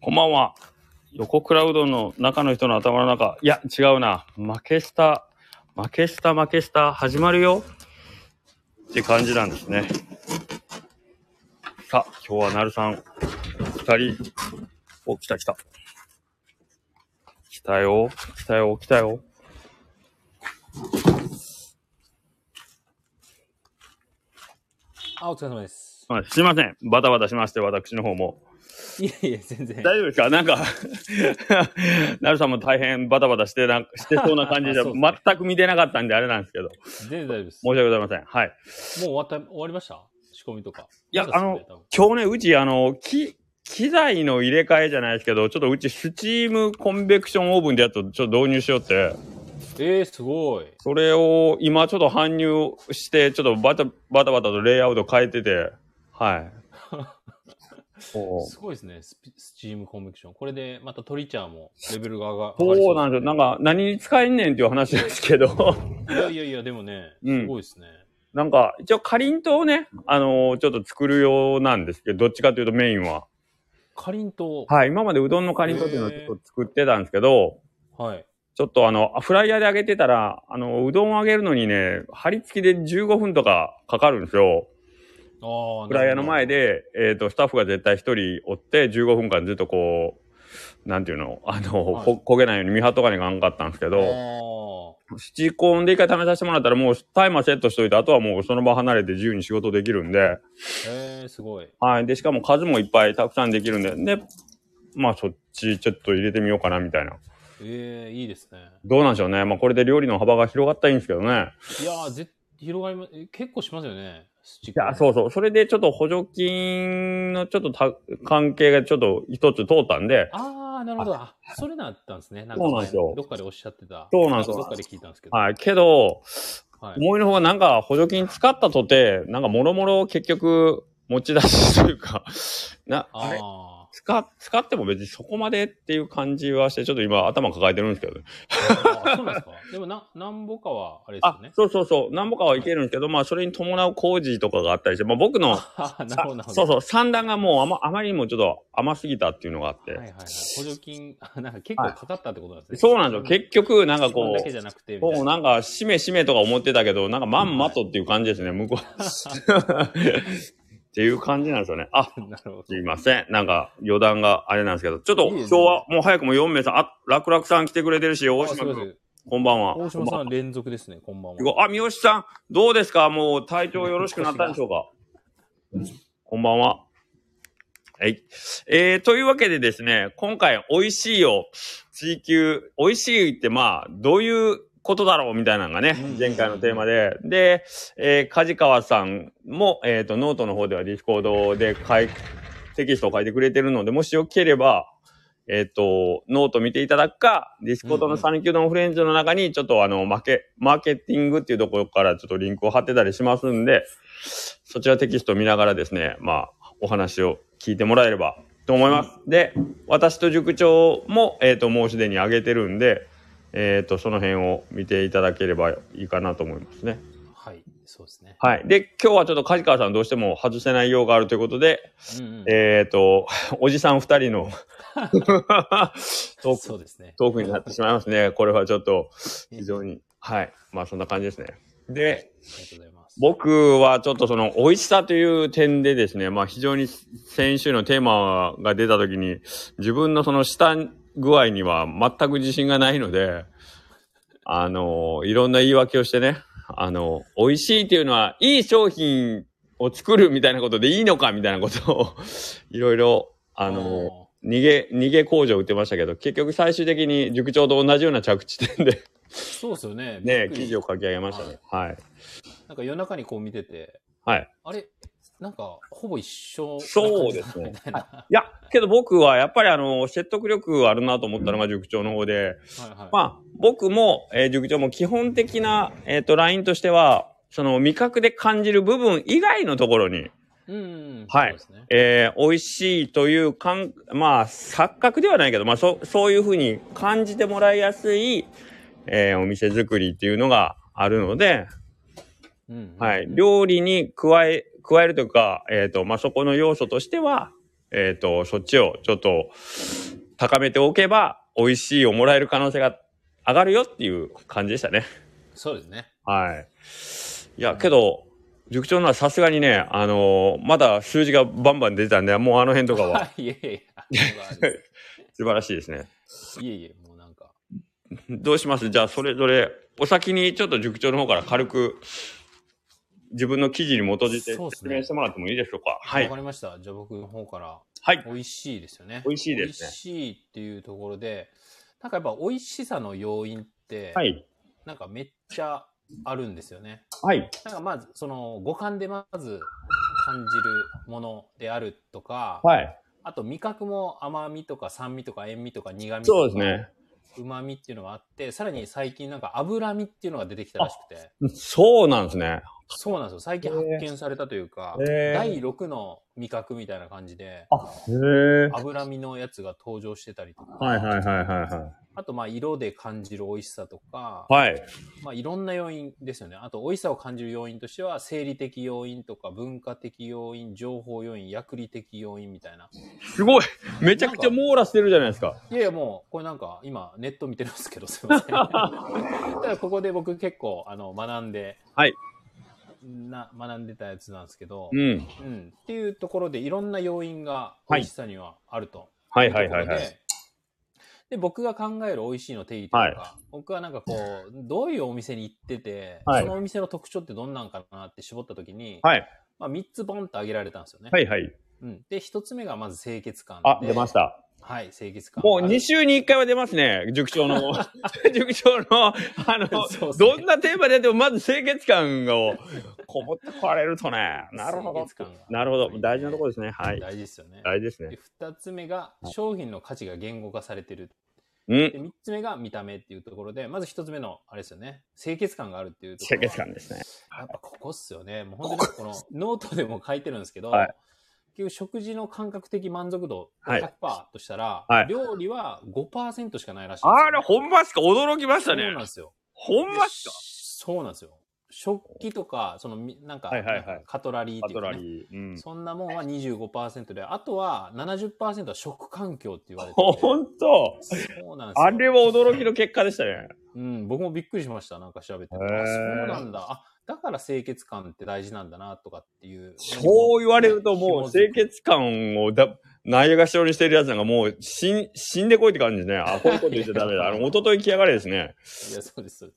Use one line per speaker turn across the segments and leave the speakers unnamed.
こんばんは。横クラウドの中の人の頭の中。いや、違うな。負けした、負けした、負けした、始まるよ。って感じなんですね。さあ、今日はなるさん、二人、お、来た来た。来たよ、来たよ、来たよ。
あ、お疲れ様です。
あすいません。バタバタしまして、私の方も。
いえいえ、全然。
大丈夫ですかなんか、 なるさんも大変バタバタしてな、してそうな感じで、
そうですね
全く見てなかったんであれなんですけど、
全然大丈夫です。も
申し訳ございません。はい。
う終わった、終わりました仕込みとか。
いや
まだですよね多分
今日ね、うち、あの、き、機材の入れ替えじゃないですけど、ちょっとうちスチームコンベクションオーブンでやっとちょっと導入しようって、
えー、すごい。
それを今ちょっと搬入して、ちょっとバタバタバタとレイアウト変えてて、 はい。そう
すごいですね。スピスチームコンベクション。これで、またトリチャーもレベルが上が上がり
そうなんですよ。なんか何に使えんねんっていう話ですけど。
いやいやいや、でもね、
うん
すごいですね。
なんか、一応、かりんとうをね、あのーちょっと作るようなんですけど、どっちかというとメインは。
かりんとう、
はい、今までうどんのかりんとうっていうのをちょっと作ってたんですけど、
はい。
ちょっとあの、フライヤーで揚げてたら、あの、うどんを揚げるのにね、張り付きで15分とかかかるんですよ。
ああ、
フライヤーの前
で。
で、えっ、と、スタッフが絶対1人おって、15分間ずっとこう、なんていうの、あの、
はい
こ焦げないように見張っとかにかんかったんですけ
ああ
ど、七コンで一回試させてもらったら、もうタイマーセットしといて、あとはもうその場離れて自由に仕事できるんで、
ー、えー、すごい。
はい。で、しかも数もいっぱいたくさんできるんで、で、まあそっちちょっと入れてみようかなみたいな。
えー、いいですね。
どうなんでしょうね。まあこれで料理の幅が広がったらいいんですけどね。
いやー、ぜ広がりま、え結構しますよね。スチ
い
ー
や、そうそう。それでちょっと補助金のちょっとた関係がちょっと一つ通ったんで、
ああ、なるほど。あ、それだったんですね。なんか
そうなんですよ
どっかでおっしゃってた。
そうなんですよ
どっかで聞いたんですけど。
はい。けど、
はい。
思いのほうがなんか補助金使ったとて、なんかもろもろ結局持ち出しというか、 な、あれ
あ
使、使っても別にそこまでっていう感じはして、ちょっと今頭抱えてるんですけどね
ーあ、そうなんですか。 でもな、なんぼかは、あれです
あ
よね、。
そうそうそう。なんぼかはいけるんですけど、まあ、それに伴う工事とかがあったりして、 まあ、僕の、
ああ、なるほど、なるほど。
そうそう、三段がもうあまあまりにもちょっと甘すぎたっていうのがあって。
はいはいはい。補助金、 あなんか結構かかったってことなんですね。
そうなんですよ。結局、なんか
自分
こ
だけじ
う、
ゃなくて、みた
も
いうな。
なんか、しめしめとか思ってたけど、なんかまんまとっていう感じですね、向こう。 っていう感じなんですよね。あ、
なるほ
すいません。なんか、余談があれなんですけど、ちょっと、
いい
今
です
日
ね
はもう早くも4名さん、あ、楽々さん来てくれてるし、
ど。
大
あす
島
いませ
君、
ん
こんばんは。
大島さん連続ですね、こんばんは。
あ、三好さん、どうですかもう体調よろしくなったんでしょうかこんばんは。はい。えー、というわけでですね、今回、美味しいを追求、美味しいってまあ、どういうことだろうみたいなのがね
うん、
前回のテーマで。で、えー、梶川さんも、えっ、と、ノートの方ではディスコードで書い、テキストを書いてくれてるので、もしよければ、えっ、と、ノート見ていただくか、ディスコードのサンキュードンフレンズの中に、ちょっとあの、マーケ、マーケティングっていうところからちょっとリンクを貼ってたりしますんで、そちらテキストを見ながらですね、まあ、お話を聞いてもらえればと思います。で、私と塾長も、えっ、と、もうすでに上げてるんで、えっ、と、その辺を見ていただければいいかなと思いますね。
はい、そうですね。
はい。で、今日はちょっと梶川さんどうしても外せない用があるということで、
うんうん
えっ、と、おじさん二人のトーク
そうですね。
トークになってしまいますね。これはちょっと非
あ
常に。はい。まあそんな感じですね。で、
りがとうございます。
僕はちょっとその美味しさという点でですね、まあ非常に先週のテーマが出た時に自分のその舌具合には全く自信がないので、あの、いろんな言い訳をしてね、あの、美味しいっていうのはいい商品を作るみたいなことでいいのかみたいなことを いろいろ、あの、逃げ、逃げ工場売ってましたけど、結局最終的に塾長と同じような着地点で
ー、そうですよね。び
ね
っ、くり
記事を書き上げましたね。はい。
なんか夜中にこう見てて、
はい。
あれ、なんか、ほぼ一緒な
そう
感じ
で
だな。
すね
みたいな。はい
や、けど僕はやっぱりあの、説得力あるなと思ったのが塾長の方で、
はい。
まあ、僕も、えー塾長も基本的な、えっ、と、ラインとしては、その味覚で感じる部分以外のところに、
うんうんうん。
はい
そうですね。
えー美味しいという感、まあ、錯覚ではないけど、まあ、そ、そういうふうに感じてもらいやすい、えーお店作りっていうのがあるので、
うんうん
はい。料理に加え、加えるというか、えっ、と、まあ、そこの要素としては、えっ、と、そっちをちょっと高めておけば、美味しいをもらえる可能性が上がるよっていう感じでしたね。
そうですね。
はい。いや、けど、塾長のはさすがにね、あのーまだ数字がバンバン出てたんで、もうあの辺とかは
いやいやい や。
素晴らしいですね。
いえいえ、もうなんか。
どうしますじゃあ、それぞれ、お先にちょっと塾長の方から軽く、自分の記事に基づいて
そうです
説
ね
明してもらってもいいでしょうか。は
わ
い
か。りました。じゃあ僕の方から。
はい。
美味しいですよね。
美味しいですね
美味しいっていうところで、なんかやっぱ美味しさの要因って、
はい。
なんかめっちゃあるんですよね。
はい。
なんかまず、その五感でまず感じるものであるとか、
はい。
あと味覚も甘みとか酸味とか塩味とか苦味
そう
と
です
か
ね。
旨味っていうのがあって、さらに最近なんか脂身っていうのが出てきたらしくて、
そうなんですね。
そうなんですよ。最近発見されたというか、
へー
第6の味覚みたいな感じで、
あ、へえ。
脂身のやつが登場してたりとか、
はいはいはいはいは
あとまあ色で感じる美味しさとか、
い。はい。
まあいろんな要因ですよね。あと美味しさを感じる要因としては、生理的要因とか文化的要因、情報要因、薬理的要因みたいな。
すごいめちゃくちゃ網羅してるじゃないですか。
いやいやもう、これなんか今ネット見てるんですけど、す いません。ただここで僕結構あの学んで、
はい
な、学んでたやつなんですけど、
うん。
うん、っていうところでいろんな要因が美味しさにはあると。
はいはいはいは
とうこと
い。
でで、僕が考える美味しいの定義というか、
は
僕はなんかこう、どういうお店に行ってて、
はい
そのお店の特徴ってどんなんかなって絞った時に、
はい。
まあ3つボンと挙げられたんですよね。
はいはい。
うん、で、1つ目がまず清潔感で。
あ、出ました。
はい、清潔感。
もう
はい
2週に1回は出ますね。塾長の、 塾長の、あ
そう
の、
ですね
どんなテーマでやってもまず清潔感をこもってこられるとね。なるほ
清
ど
潔。感が
なるほど。大事なところですね。はい。
大事ですよね。
大事ですね
で。2つ目が商品の価値が言語化されてる。
うん。
で3つ目が見た目っていうところで、まず1つ目の、あれですよね、清潔感があるっていうところ
清
は。
潔感ですね。
やっぱここっすよね。もう本当にこのノートでも書いてるんですけど、
はい
結局食事の感覚的満足度
はい
100%としたら、
はい
料理は5%しかないらしいんですよね、
あれ、ほんまっすか驚きまし
そ
た
うなん
ね。
ですよ。
ほんまっすか
そうなんですよ。食器とか、そのみ、なんか、
はいはいはい
カトラリー
カ
ってい
ト
うか、
ラ
ね、
リー。うん。
そんなもんは25%で、あとは70%は食環境って言われてて。
ほんと
そうなんですよ。
あれは驚きの結果でしたね。
うん、僕もびっくりしました。なんか調べて。あ
へ
そう
ー
なんだ。あ、だから清潔感って大事なんだな、とかっていう。
そう言われるともう
紐づ
清
く
潔感をだないがしろにしてるやつなんかもう死ん死んでこいって感じですね。あ、こういうこと言っちゃダメ だ。あの、一昨日来やがれですね。
いや、そうです。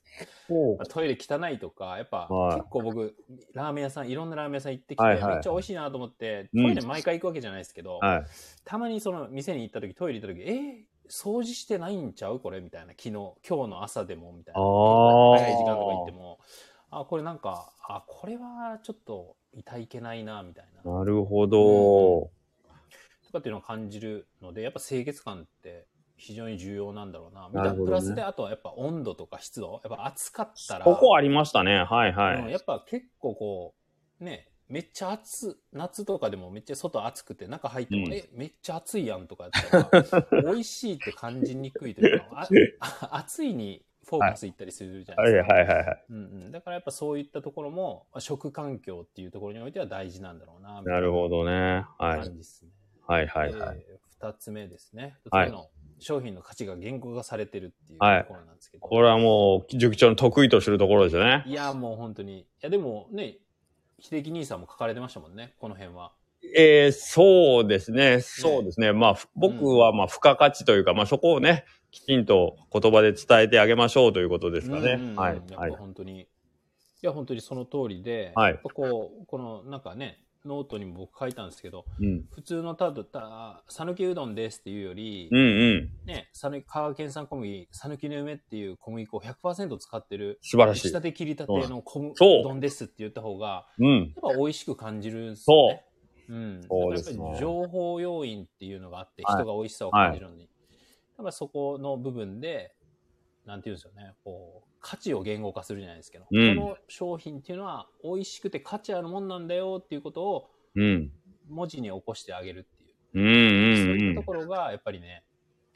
そう
あトイレ汚いとか、やっぱ、
はい
結構僕、ラーメン屋さん、いろんなラーメン屋さん行ってきて、
はいはい
めっちゃ美味しいなと思って、
うん
トイレ毎回行くわけじゃないですけど、
はい。
たまにその店に行った時、トイレ行った時、えー掃除してないんちゃうこれみたいな、昨日、今日の朝でも、みたいな。
あー
早い時間とか行っても、あ、これなんか、あ、これはちょっと、いたいけないな、みたいな。
なるほど。
とかっていうのを感じるので、やっぱ清潔感って非常に重要なんだろうな。
なるほどね
プラスで、あとはやっぱ温度とか湿度、やっぱ暑かったら、
ここありましたね。はい
うん
はい。
やっぱ結構こう、ね、めっちゃ暑、夏とかでもめっちゃ外暑くて、中入っても、
うん
え、めっちゃ暑いやんとかやった ら、美味しいって感じにくいというか、あ暑いにフォーカスいったりするじゃな
は
いで
い
すか。
はいはいはい。
うんうん、だからやっぱそういったところも、まあ食環境っていうところにおいては大事なんだろうな、みたい
なるほどね。は
ない感じですね。
はいはいはい。
えー二つ目ですね。
はい
二つ目の商品の価値が言語化されてるっていう
はい
ところなんですけど。
これはもう塾長の得意とするところですよね。
いや、もう本当に。いや、でもね、秀樹兄さんも書かれてましたもんね、この辺は。
えー、そうですね。そうですね。まあ、ふ僕は、まあ、付加価値というか、まあ、そこをね、きちんと言葉で伝えてあげましょうということですか
うんうんう
ね。
ん
はい。
や
は
っ
い
ぱ。本当に。いや、本当にその通りで、
はい
やっぱこう、このなんかね、ノートにも僕書いたんですけど、
うん。
普通のただ、た讃岐うどんですっていうより、
うんうん。
ね、さぬ香川県産小麦、讃岐の梅っていう小麦粉を100%使ってる、
素晴ら
打
し
ち
い
た。て切りたての小麦う
そう
どんですって言った方が、
うん。
やっぱ美味しく感じるんですよね。うん。
そうですね
だからやっぱり情報要因っていうのがあって、
はい
人が美味しさを感じるのに。やっぱそこの部分で、なんていうんですよね、こう、価値を言語化するじゃないですけど、
うん
この商品っていうのは美味しくて価値あるもんなんだよっていうことを
うん。
文字に起こしてあげるっていう。
うん
そう
うん
いううんと。ころが、やっぱりね、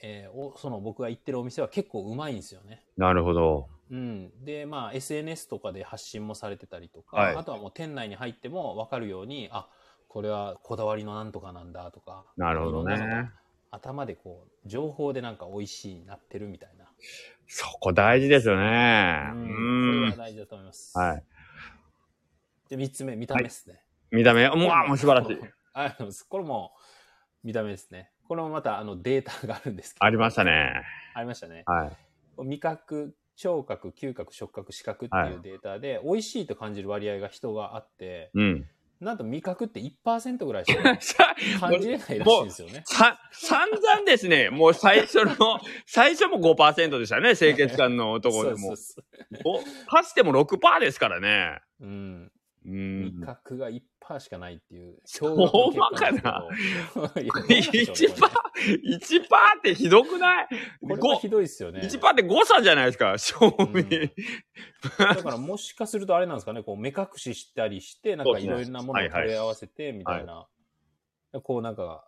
えーおその僕が行ってるお店は結構うまいんですよね。
なるほど。
うん、で、まあ、SNS とかで発信もされてたりとか、
はい
あとはもう店内に入っても分かるように、あこれはこだわりのなんとかなんだとか、
なるほど
いろんなの
ね
が。頭でこう、情報でなんか美味しいになってるみたいな。
そこ大事ですよね。う
うん。これは
ん。
大事だと思います。
はい。
で、3つ目、見た目ですね。
見た目、もう、わあもう素晴らしい。。
あのこれも見た目ですね。これもまたあのデータがあるんですけど。
ありました。ね。
ありましたね。
はい。
味覚、聴覚、嗅覚、触覚、視覚っていうデータで、美味しいと感じる割合が人があって、
うん。
なんと味覚って1%ぐらいしか
さ、
感じれないらしいんですよね。
さ、散々ですね。もう最初の、最初も5%でしたね。清潔感の男で
そう
も。
そうそ
お、かしても6%ですからね。
う。うん。
う
味
ん。
覚が1%しかないっていう。
ほんまかな
驚愕の結果なんですけど。いやどうなんでしょう
1%、1%ってひどくない
これこれはひどいですよね。
1%って誤差じゃないですか、賞味。
だからもしかするとあれなんですかね、こう目隠ししたりして、なん
そう
か
です
い
ね
ろいろなものを取り合わせてみたいな、こうなんか、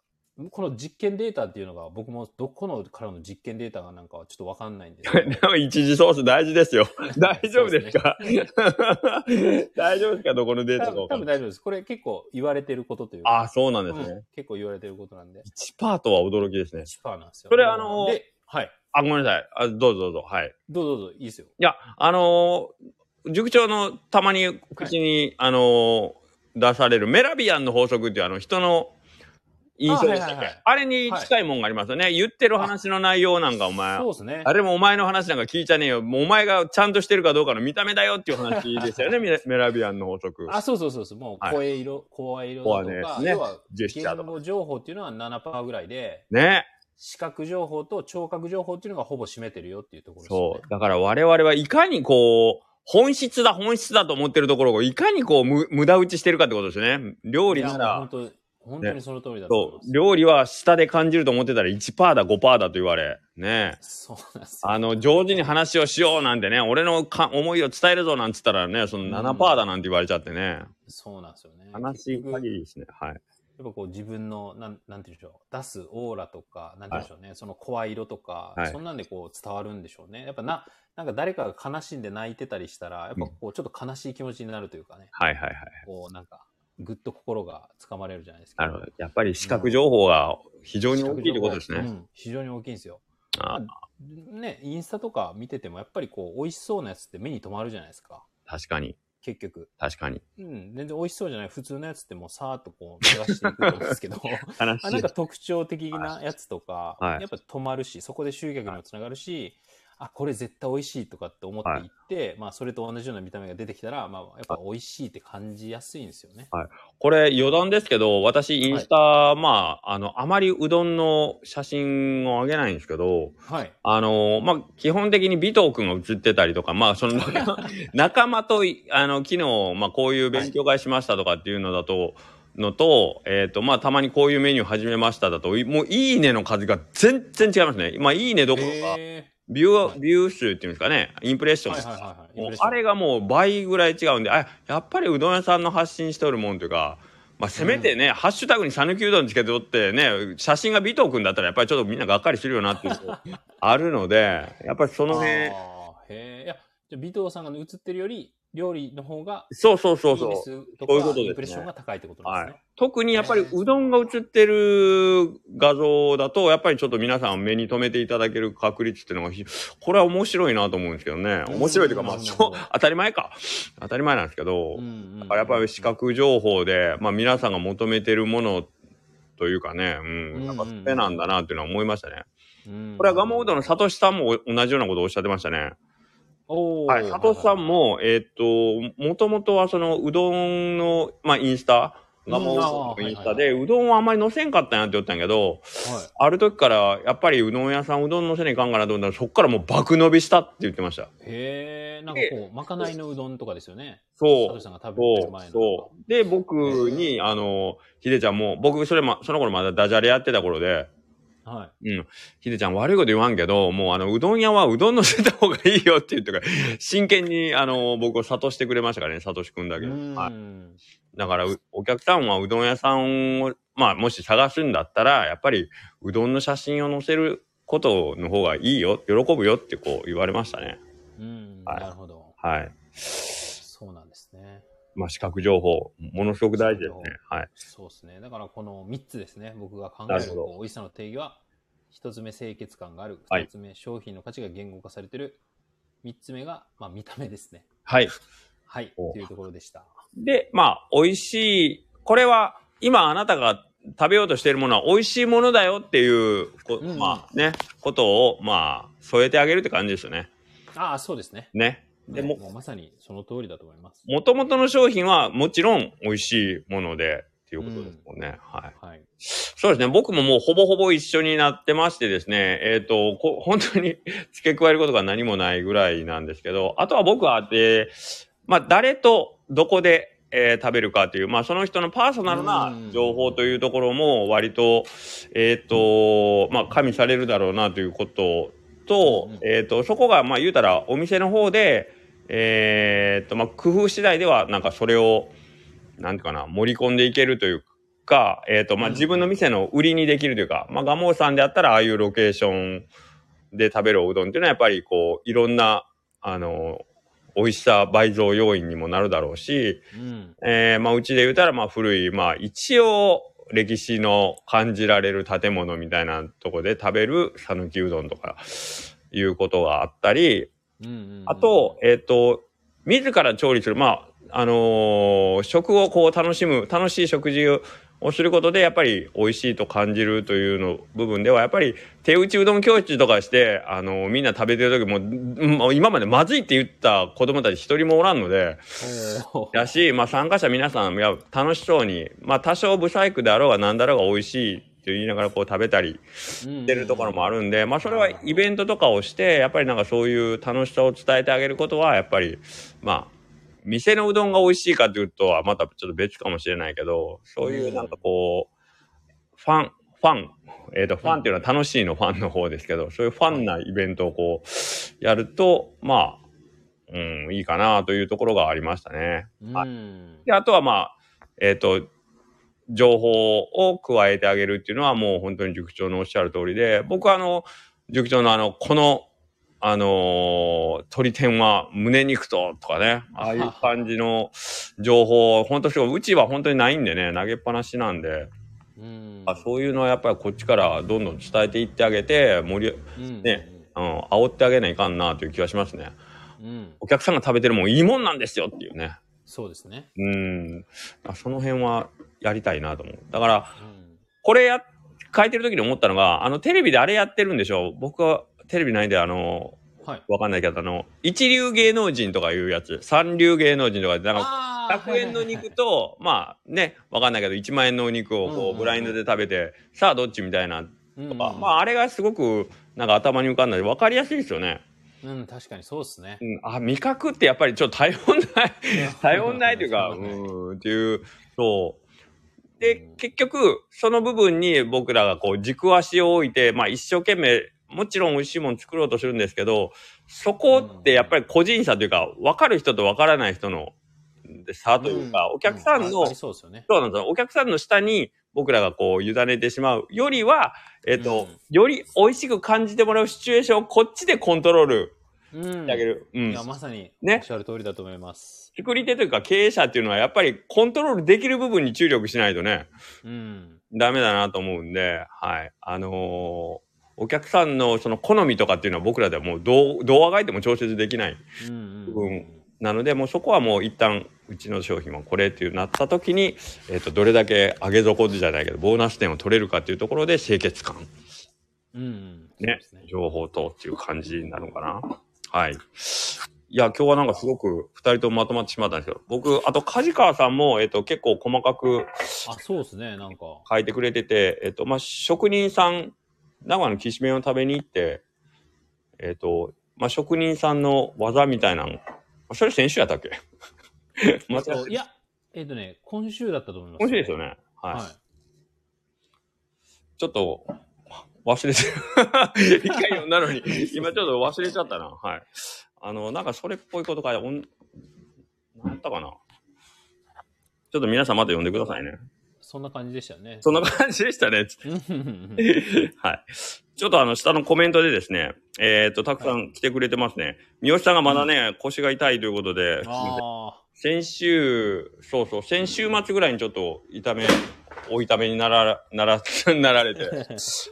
この実験データっていうのが、僕もどこのからの実験データがなんかはちょっとわかんないんですけど
でも一時ソース大事 ですよ。大丈夫ですか 大丈夫ですかどこのデータ
多
か
分
わか
多
ん
分
ない。
大丈夫です。これ結構言われてることという
あ
か、
あ、そうなんです
う
ね
ん。結構言われてることなんで、
1%とは驚きですね。
1%なんですよ。
それあのー
で、はい。
あ、ごめんなさい。あどうぞどうぞ。はい。
どうぞどうぞ、いいですよ。
いや、あのー塾長のたまに口に、あのー出されるメラビアンの法則っていうあの人の印象でしたっけあ,、
あはいはいはい
れに近いもんがありますよね。言ってる話の内容なんかお前、
そうですね
あ。れもお前の話なんか聞いちゃねえよ。もうお前がちゃんとしてるかどうかの見た目だよっていう話です よね、メラメラビアンの法則。
あ、そうそうそうそう。もう
はい
声色、声色だと
声です
か、
ね
要は
ジェスチャーと
言
か
語情報っていうのは7%ぐらいで、
ね。
視覚情報と聴覚情報っていうのがほぼ占めてるよっていうところですよ
そ
ね
う。。だから我々はいかにこう、本質だ本質だと思ってるところをいかにこう無無駄打ちしてるかってことですよね。料
い
理な
やもう
ら
本。当、本当にその通りだと思い
そ
ます。
う、料理は下で感じると思ってたら1%だ、5%だと言われ、ねえ。
そうなんですよ。
あの、上手に話をしようなんてね、俺のか思いを伝えるぞなんつったらね、その7%だなんて言われちゃってね、
そうなんですよね。
悲しい
結局
限
や
りですね。はい。
っぱこう自分の、なん、なんていうんでしょう。出すオーラとか、なんていうんでしょうね。その声色とか、
はい
そんなんでこう伝わるんでしょうね。やっぱな、なんか誰かが悲しんで泣いてたりしたら、やっぱこうちょっと悲しい気持ちになるというかね。
はいはいはい。
こうなんか、ぐっと心がつかまれるじゃないですか。
なるほど。やっぱり視覚情報が非常
非
に大きいってことですね。
非常に大きいんですよ。
あ
ね、インスタとか見てても、やっぱりこう、美味しそうなやつって目に留まるじゃないですか。
確かに、
結局。
確かに。
うん、全然美味しそうじゃない。普通のやつってもうさーっとこう、流していくと思うんですけど、
悲し
あなん
い
か。特徴的なやつとか、
はい
やっぱ止まるし、そこで集客にもつながるし、あ、これ絶対美味しいとかって思っていって、まあ、それと同じような見た目が出てきたら、まあ、やっぱ美味しいって感じやすいんですよね。
これ余談ですけど、私インスタ、まあ、あの、あまりうどんの写真をあげないんですけど、
はい。
あのーまあ、基本的に尾藤君が映ってたりとか、まあ、そ の仲仲間とい、あの、昨日、まあ、こういう勉強会しましたとかっていうのだと、のと、えっ、と、まあ、たまにこういうメニュー始めましただと、いもう、いいねの数が全然違いますね。まあ、いいねどころか、
へ
ビュー
は
ア、
い
ビュー数っていうんですかね、インプレッシ
ー
ョンで
はい
す
はい
か
はい
も
は
う
い。
あれがもう倍ぐらい違うんで、あ、やっぱりうどん屋さんの発信しとるもんというか、まあ、せめてね、ハッシュタグに讃岐うどんつけておってね、写真が尾藤君だったらやっぱりちょっとみんながっかりするよなって いうのあるので、やっぱりその辺、
あーへえ。いや、じゃあ尾藤さんが映ってるより、料理の方が、
そうそうそう
いいで
そう。
すと
そういう
か
ことですね
インプレッションが高いってことなんですね。
特にやっぱりうどんが映ってる画像だと、やっぱりちょっと皆さん目に留めていただける確率っていうのがひ、これは面白いなと思うんですけどね。面白いというか、まあ、
うん
そう当たり前か。当たり前なんですけど。
うんうん
だからやっぱり視覚情報で、まあ、皆さんが求めてるものというかね、うん、やっぱそれなんだなっていうのは思いましたね。
うん
これはガモウドのサトシさんも同じようなことをおっしゃってましたね。
おー
はい、サトシさんも、えーっと、もともとはそのうどんの、まあ、インスタ、ガモウドのインスタで、
うんあーはいはいはいう
どんをあんまり載せんかったんやって言ったんやけど、
はい
ある時からやっぱりうどん屋さんうどん載せないかんかなと思ったら、そっからもう爆伸びしたって言ってました。
へえ、なんかこう、まかないのうどんとかですよね。
そう
サトシさんが食べてる
そ
前
う、
の。
そう。で、僕に、あの、ヒデちゃんも、僕、それも、その頃まだダジャレやってた頃で、
はい。
ヒデちゃん悪いこと言わんけど、もうあの、うどん屋はうどん乗せた方がいいよって言ってから、真剣に、あの、僕を諭してくれましたからね、諭しくんだけ
う
ど。
ん。
はいだから、うお客さんはうどん屋さんを、まあ、もし探すんだったら、やっぱり、うどんの写真を載せることの方がいいよ、喜ぶよってこう言われましたね。
うん。
はい
なるほど。
はい。
そうなんですね。
まあ、視覚情報、ものすごく大事ですね。はい。
そうですね。だからこの3つですね。僕が考え
な
る
るほど
こう美味しさの定義は、1つ目清潔感がある。
はい
2つ目商品の価値が言語化されてる。3つ目が、まあ、見た目ですね。
はい。
はい。
お
というところでした。
で、まあ、美味しい。これは、今あなたが食べようとしているものは美味しいものだよっていうこ、
うんうん
まあね、ことを、まあ、添えてあげるって感じですよね。
ああ、そうですね。
ね。
で
で
も
も、
うまさにその通りだと思います。
もともとの商品はもちろん美味しいもので、っていうことですもんね。はい。
はい。
そうですね。僕ももうほぼほぼ一緒になってましてですね。えっ、とこ、 本当に付け加えることが何もないぐらいなんですけど、あとは僕は、えーまあ、誰とどこで、えー食べるかという、まあ、その人のパーソナルな
うん
情報というところも割と、えっ、と、まあ、加味されるだろうなということと
うんうん、
えっ、と、そこが、まあ、言うたらお店の方で、えっ、と、まあ、工夫次第では、なんかそれを、なんていうかな、盛り込んでいけるというか、えっ、と、まあ、
うん
自分の店の売りにできるというか、まあ、蒲生さんであったら、ああいうロケーションで食べるおうどんっていうのは、やっぱりこう、いろんな、あの、美味しさ倍増要因にもなるだろうし、
うん。
えー、まあ、うちで言うたら、まあ、古い、まあ、一応、歴史の感じられる建物みたいなとこで食べる讃岐うどんとか、いうことがあったり、
うんうんうん
あと、、えっ、と、自ら調理する、まあ、あのー食をこう楽しむ、楽しい食事をすることで、やっぱり美味しいと感じるというの部分では、やっぱり手打ちうどん教室とかして、あのーみんな食べてる時も、んもう今までまずいって言った子供たち一人もおらんので、
おー
だし、まあ、参加者皆さんいや楽しそうに、まあ、多少不細工であろうが何だろうが美味しいって言いながらこう食べたりってるところもあるんで、まあそれはイベントとかをして、やっぱりなんかそういう楽しさを伝えてあげることは、やっぱり、まあ、店のうどんが美味しいかというとはまたちょっと別かもしれないけど、そういうなんかこう、ファン、ファン、えっ、と、ファンっていうのは楽しいのファンの方ですけど、そういうファンなイベントをこう、やると、まあ、うん、いいかなというところがありましたね。
うん。
は
うん
で、あとはまあ、えっ、と、情報を加えてあげるっていうのはもう本当に塾長のおっしゃる通りで、僕はあの、塾長のあの、この、あのー鳥天は胸肉と、とかね、ああいう感じの情報、本当すごい、うちは本当にないんでね、投げっぱなしなんで、
うん
あそういうのはやっぱりこっちからどんどん伝えていってあげて、盛り、
うん
ね。うん、煽ってあげないかんなという気がしますね。
うん。
お客さんが食べてるもんいいもんなんですよっていうね。
そうですね。
うん。あその辺はやりたいなと思う。だから、
うん
これや、書いてる時に思ったのが、あの、テレビであれやってるんでしょ僕はテレビないんで、あの、
はい。
わかんないけど、あの、一流芸能人とかいうやつ、三流芸能人とかで、なんか、
あー
100円の肉、と、まあね、わかんないけど、1万円のお肉を
うんうん
こ
う
う、
ん
ブラインドで食べて、さあどっちみたいな、
と
まあ、まあ、あれがすごく、なんか頭に浮かんだり、わかりやすいですよね。
うん、確かにそうですね
う。ん、あ、味覚ってやっぱりちょっと頼んない。頼んないというか、う
うん
ーん、っていう、そう。で
うん、
結局、その部分に僕らがこう、軸足を置いて、まあ一生懸命、もちろん美味しいもの作ろうとするんですけど、そこってやっぱり個人差というか、分かる人と分からない人の差というか、お客さんの、
うありそうですよね。
そうなんですよ。お客さんの下に僕らがこう、委ねてしまうよりは、えっ、と、
うん
より美味しく感じてもらうシチュエーションをこっちでコントロール
うん
してあげる。うん。
いや、まさに、
ね
おっしゃる通りだと思います。
作り手というか経営者っていうのはやっぱりコントロールできる部分に注力しないとね、
うん。
ダメだなと思うんで、はい。あのーお客さんのその好みとかっていうのは僕らではもうどう、どうあがいても調節できない。
うん
う
うんん。
なので、もうそこはもう一旦、うちの商品はこれっていうなった時に、えっ、と、どれだけ上げ底じゃないけど、ボーナス点を取れるかっていうところで、清潔感、
うんうん。そう
ね
です、
情報等っていう感じになるのかな。はい。いや、今日はなんかすごく二人ともまとまってしまったんですけど、僕、あと、梶川さんも、えっ、と、結構細かく
あ、そうですね、なんか。
書いてくれてて、えっと、まあ、職人さん、長野のきしめんを食べに行って、えっと、まあ、職人さんの技みたいなの、あそれ先週やったっけ また、
いや、えっとね、今週だったと思います。
面白いですよ。ね。はい。
は
ちょっと、忘れてる。 一回読んだのに、今ちょっと忘れちゃったな。はい。あの、なんかそれっぽいことか、おん、なんやったかな。ちょっと皆さんまた読んでくださいね。
い。そんな感じでしたよね。
そんな感じでしたね。
うんうん
はい。ちょっとあの、下のコメントでですね、えっ、と、たくさん来てくれてますね。三好さんがまだね、腰が痛いということで、
うん。ああ。
先週、そうそう、先週末ぐらいにちょっと痛め、お痛めになら、なら、 なられ て、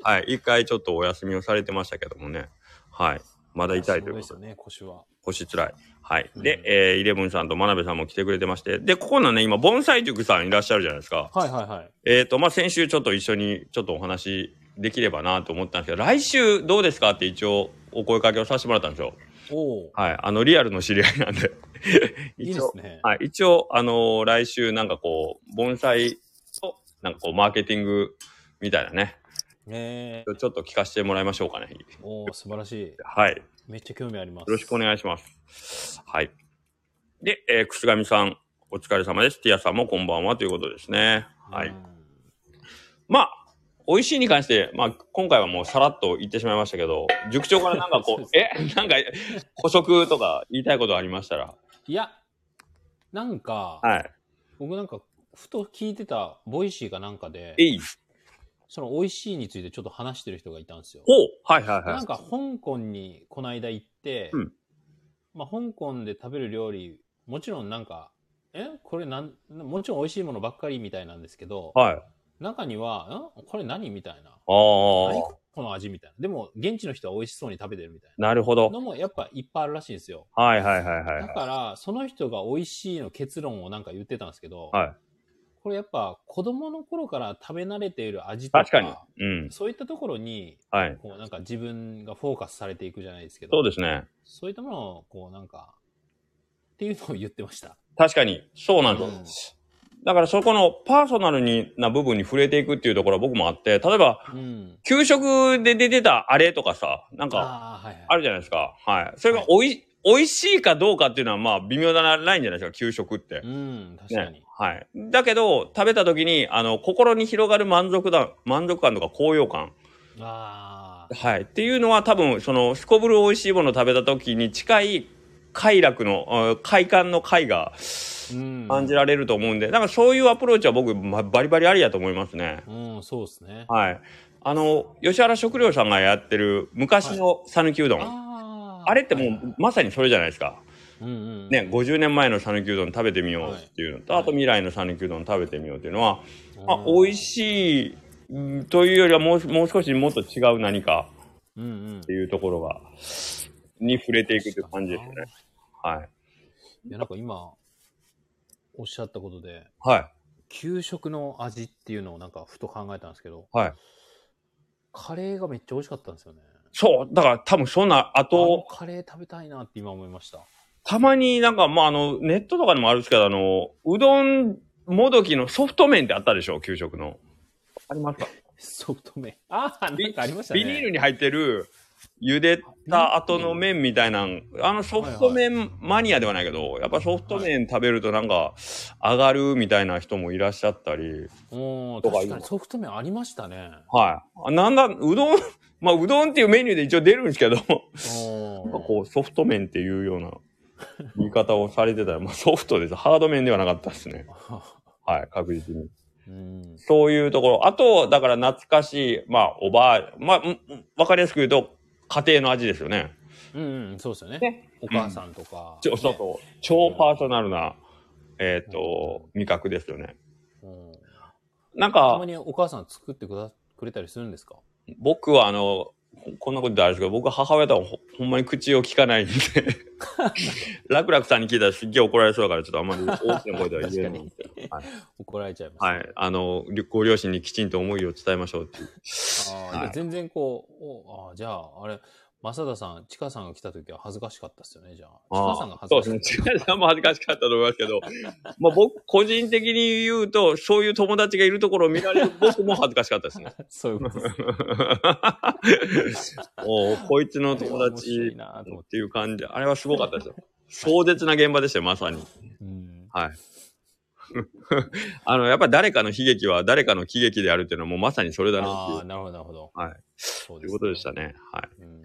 はい、一回ちょっとお休みをされてましたけどもね、はい、 まだ痛いという
そう
こ
で
と
すよね、腰は。
腰つらい。はい。
うん
で、えーイレブンさんと真鍋さんも来てくれてまして、で、ここのね、今、盆栽塾さんいらっしゃるじゃないですか。
はいはいはい。
えっ、と、まあ、先週ちょっと一緒にちょっとお話できればなと思ったんですけど、来週どうですかって一応お声かけをさせてもらったんですよ。
おお、
はい。あの、リアルの知り合いなんで。
いい
一
で
応
すね。
はい、一応、あのー来週なんかこう、盆栽と、なんかこう、マーケティングみたいなね、
ねえ
ちょっと聞かせてもらいましょうかね。
おお、素晴らしい。
はい。よ
めっちゃ興味あります。
ろしくお願いします。はい。で、えー、くすがみさん、お疲れ様です。ティアさんもこんばんはということですね。は
う
い。
ん
まあ、美味しいに関して、まあ、今回はもうさらっと言ってしまいましたけど、塾長からなんか こう
そう、で
え、なんか、補足とか言いたいことありましたら。
いや、なんか、
はい。
僕なんか、ふと聞いてた、ボイシーかなんかで
え、い。
その美味しいについてちょっと話してる人がいたんですよ。
ほう。はいはい
な
は
ん
い。
か香港にこの間行って、
うん
まあ香港で食べる料理、もちろんなんか、えこれなん、もちろん美味しいものばっかりみたいなんですけど、
はい。
中には、んこれ何みたいな。
あ
何
あ。
この味みたいな。でも、現地の人は美味しそうに食べてるみたい
なるほ
な
ど。
のもやっぱいっぱいあるらしいんですよ。
はいはいはいはいは
だから、その人が美味しいの結論をなんか言ってたんですけど、
はい
これやっぱ子供の頃から食べ慣れている味
い。
とか、
確かに。うん。
そういったところに、
はい。
こうなんか自分がフォーカスされていくじゃないですけど、
そうですね。
そういったものを、こうなんか、っていうのを言ってました。
確かに。そうなん
うん
です。だからそこのパーソナルにな部分に触れていくっていうところは僕もあって、例えば、
うん。
給食で出てたあれとかさ、なんか
ああ、はいはい。
あるじゃないですか。はい。それがおい、美味しいかどうかっていうのはまあ微妙なラインじゃないですか、給食って。
うん、確かに。
はい。だけど、食べた時に、あの、心に広がる満足だ、満足感とか高揚感。
ああ、
はい。っていうのは多分、その、すこぶる美味しいものを食べた時に近い快楽の、うん快感の快が
うん。
感じられると思うんで、なんかそういうアプローチは僕、まバリバリありやと思いますね。
うん、そうですね。
はい。あの、吉原食料さんがやってる昔の讃岐うどん、
あー
あれって
は
も、
いはいう
まさにそれじゃないですか。
うんうん、
ね、50年前の讃岐うどん食べてみようっていうのと、
はい
あと未来の讃岐うどん食べてみようっていうのは、
うん、
あ、美味しいうんというよりはもう、もう少しもっと違う何か。
うんうん
っていうところが、に触れていくという感じですよね。はい。
いや、なんか今、おっしゃったことで、
はい。
給食の味っていうのをなんかふと考えたんですけど、
はい。
カレーがめっちゃ美味しかったんですよね。
そう、だから多分そんな、あと、
あのカレー食べたいなって今思いました。
たまになんか、まあ、あの、ネットとかでもあるんですけど、あの、うどんもどきのソフト麺ってあったでしょ給食の。ありますか
ソフト麺。ああ、なんかありましたね。
ビニールに入ってる、茹でた後の麺みたいなん、あのソフト麺マニアではないけど、やっぱソフト麺食べるとなんか、上がるみたいな人もいらっしゃったり、
おー
とか
確かにソフト麺ありましたね。
はい。あなんだ、うどん、 まあ、うどんっていうメニューで一応出るんですけど、
お
なんか
ー
こうソフト麺っていうような言い方をされてたら、まあ、ソフトです。ハード麺ではなかったです ね。はい、確実に。
うん。
そういうところ。あと、だから懐かしい、まあ、おばあ、まあ、うんうんわかりやすく言うと、家庭の味ですよね。
うんうん、そうですよね。
ね
お母さんとか。
ちょそう
ね
そう超パーソナルな、えっ、と、味覚ですよね。
うん
なん
た
か
ま、にお母さん作ってくだくれたりするんですか
僕はあの、ここんなこと言ったらあれですけど、僕は母親とはほほんまに口を聞か ないんで、楽々さんに聞いたらすっげえ怒られそうだから、ちょっとあんまり大きな声では言えないんですけど。はい
怒られちゃいます。
はい。あの、りご両親にきちんと思いを伝えましょうっていう。
あー
はい
いや全然こう、おあーじゃあ、あれ、正田さん、チカさんが来た時は恥ずかしかったですよね、じゃあ。チカさんが恥
そ
ず
う
か
ですね。
し
千
かった。
賀さんも恥ずかしかったと思いますけど、まあ僕、個人的に言うと、そういう友達がいるところを見られる僕も恥ずかしかったです ね。
そういうことです。
おうこいつの友
面白い
達
なと思っ。
ってていう感じ。あれはすごかったですよ。壮絶な現場でしたよ、まさに。
うん、
はい。あの、やっぱ誰かの悲劇は誰かの喜劇であるっていうのはもうまさにそれだなってい
あ
う
あ、なるほど、なるほど。
はい。
そう
とい
で
う
す、
ことでしたね。はい。
うん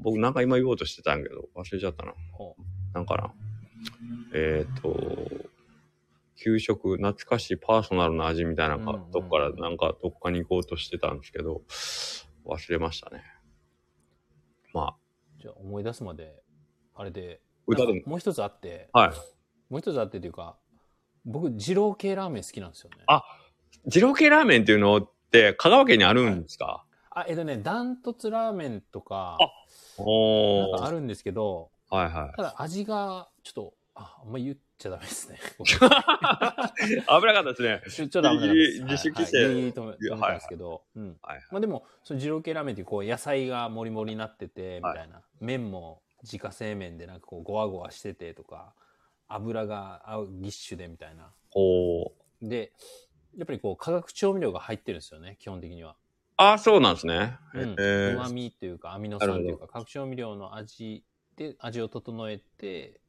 僕なんか今言おうとしてたんやけど、忘れちゃったな。
ほう
なんかな。えっ、と、給食、懐かしいパーソナルな味みたいなのか、
うんうん
どっから、なんかどっかに行こうとしてたんですけど、忘れましたね。まあ、
じゃあ、思い出すまで、あれで、
歌でも
なんかもう一つあって、
はい。
もう一つあってというか、僕、二郎系ラーメン好きなんですよね。
あ二郎系ラーメンっていうのって香川県にあるんですか、
あ、えっとね、ダントツラーメンとか、
お
なん
お
かあるんですけど、
はいは
ただ味が、ちょっと、あ、あんま言っちゃダメですね。ごめん
い。危なかったですね。
ちょっと危なかったです。
自主
はい
規制
はいギリギリ止め止めたんですけど、うん。
はいはい。
まあでも、その二郎系ラーメンってこう野菜がもりもりになってて、みたいな。麺も自家製麺でなんかこうゴワゴワしててとか、油が合うギッシュでみたいな。
おー
で、やっぱりこう化学調味料が入ってるんですよね、基本的には。
ああ、そうなんですね。
う
えー
ま、みというか、アミノ酸というか、各調味料の味で味を整えて、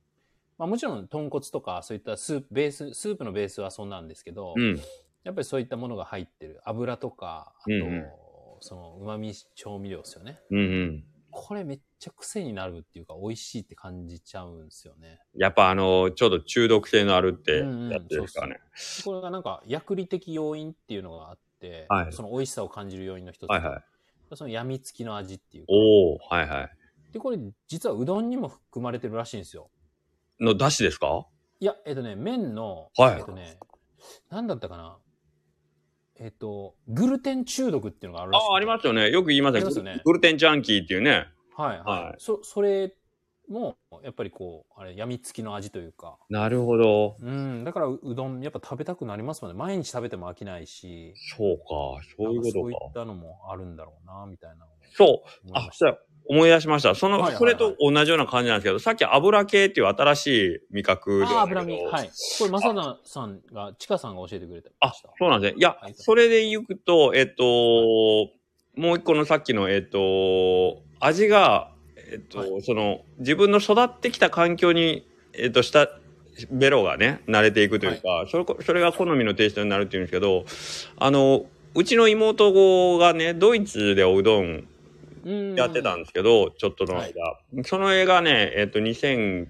まあもちろん豚骨とかそういったスープ、ベース、スープのベースはそんなんですけど、
うん。
やっぱりそういったものが入ってる。油とか、あと、
うんうん
その旨味調味料ですよね。
うんうん。
これめっちゃ癖になるっていうか、美味しいって感じちゃうんですよね。
やっぱあの、ちょっと中毒性のあるって
うんうん
やつですかね。
これがなんか、薬理的要因っていうのがあって、
はい
その美味しさを感じる要因の一つ。
はいはい。
その病みつきの味っていうか。
おおはいは
で、これ実はうどんにも含まれてるらしいんですよ。
い。の出汁ですか
いや、えっとね、麺の、
はい
えっとね、なんだったかな。えっと、グルテン中毒っていうのがある
あ
らしい。
あ、ありますよね。よく言います
あ
ね。
ります
グ
よね
ルグルテンジャンキーっていうね。
はいはい。
はい
そそれも、やっぱりこう、あれ、病みつきの味というか。
なるほど。
うん、だからううどん、やっぱ食べたくなりますもんね。毎日食べても飽きないし、
そうか。そういう
なんかそうい
こ
っ
とか。
たのもあるんだろうな、みたいなのを
そう。
思い
あ
ま、し
そ
た。
う思い出しました。その、
はいはいはい
それと同じような感じなんですけど、さっき油系っていう新しい味覚で
あ、
は
脂
だ
身。
けど
はい。これ、まさなさんが、ちかさんが教えてくれてま
あ
した。、
そうなんですね。いや
はい、
それで行くと、えっと、もう一個のさっきの、えっと、味が、えっと、
は
その、自分の育ってきた環境に、えっと、した、ベロがね、慣れていくというか、それこ、それが好みのテイストになるっていうんですけど、あの、うちの妹がね、ドイツでおうどん
うん
やってたんですけど、ちょっとの間。その映画ね、えっと、2009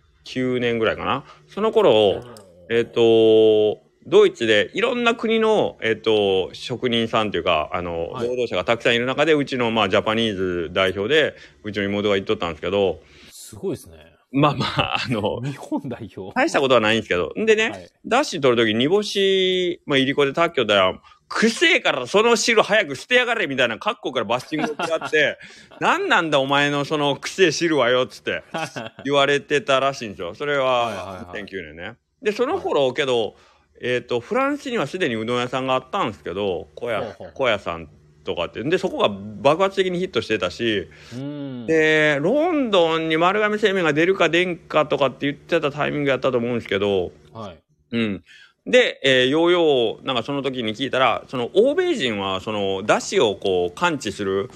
年ぐらいかな。その頃、えっ、と、ドイツでいろんな国の、えっ、と、職人さんというか、あの、
はい
労働者がたくさんいる中で、うちの、まあ、ジャパニーズ代表で、うちの妹が行っとったんですけど、
すごいですね。
まあまあ、あの、
日本代表。
大したことはないんですけど、んでね、
はい
ダッシュ取るとき煮干し、まあ、いりこで炊きよったら、くせえからその汁早く捨てやがれみたいな格好からバッシングをやって、 なんなんだお前のそのくせえ汁はよっつ って。言われてたらしいんですよ。それ
はい
は
はいはい
2009年ね。で、その頃けど、えっ、と、フランスにはすでにうどん屋さんがあったんですけど、小
ほう
屋
ほう、
小屋さんとかって。で、そこが爆発的にヒットしてたし、
うん。
で、ロンドンに丸亀製麺が出るか出んかとかって言ってたタイミングやったと思うんですけど、
はい。
うん。で、えー、ヨーヨー、なんかその時に聞いたら、その欧米人は、その、だしをこう、感知する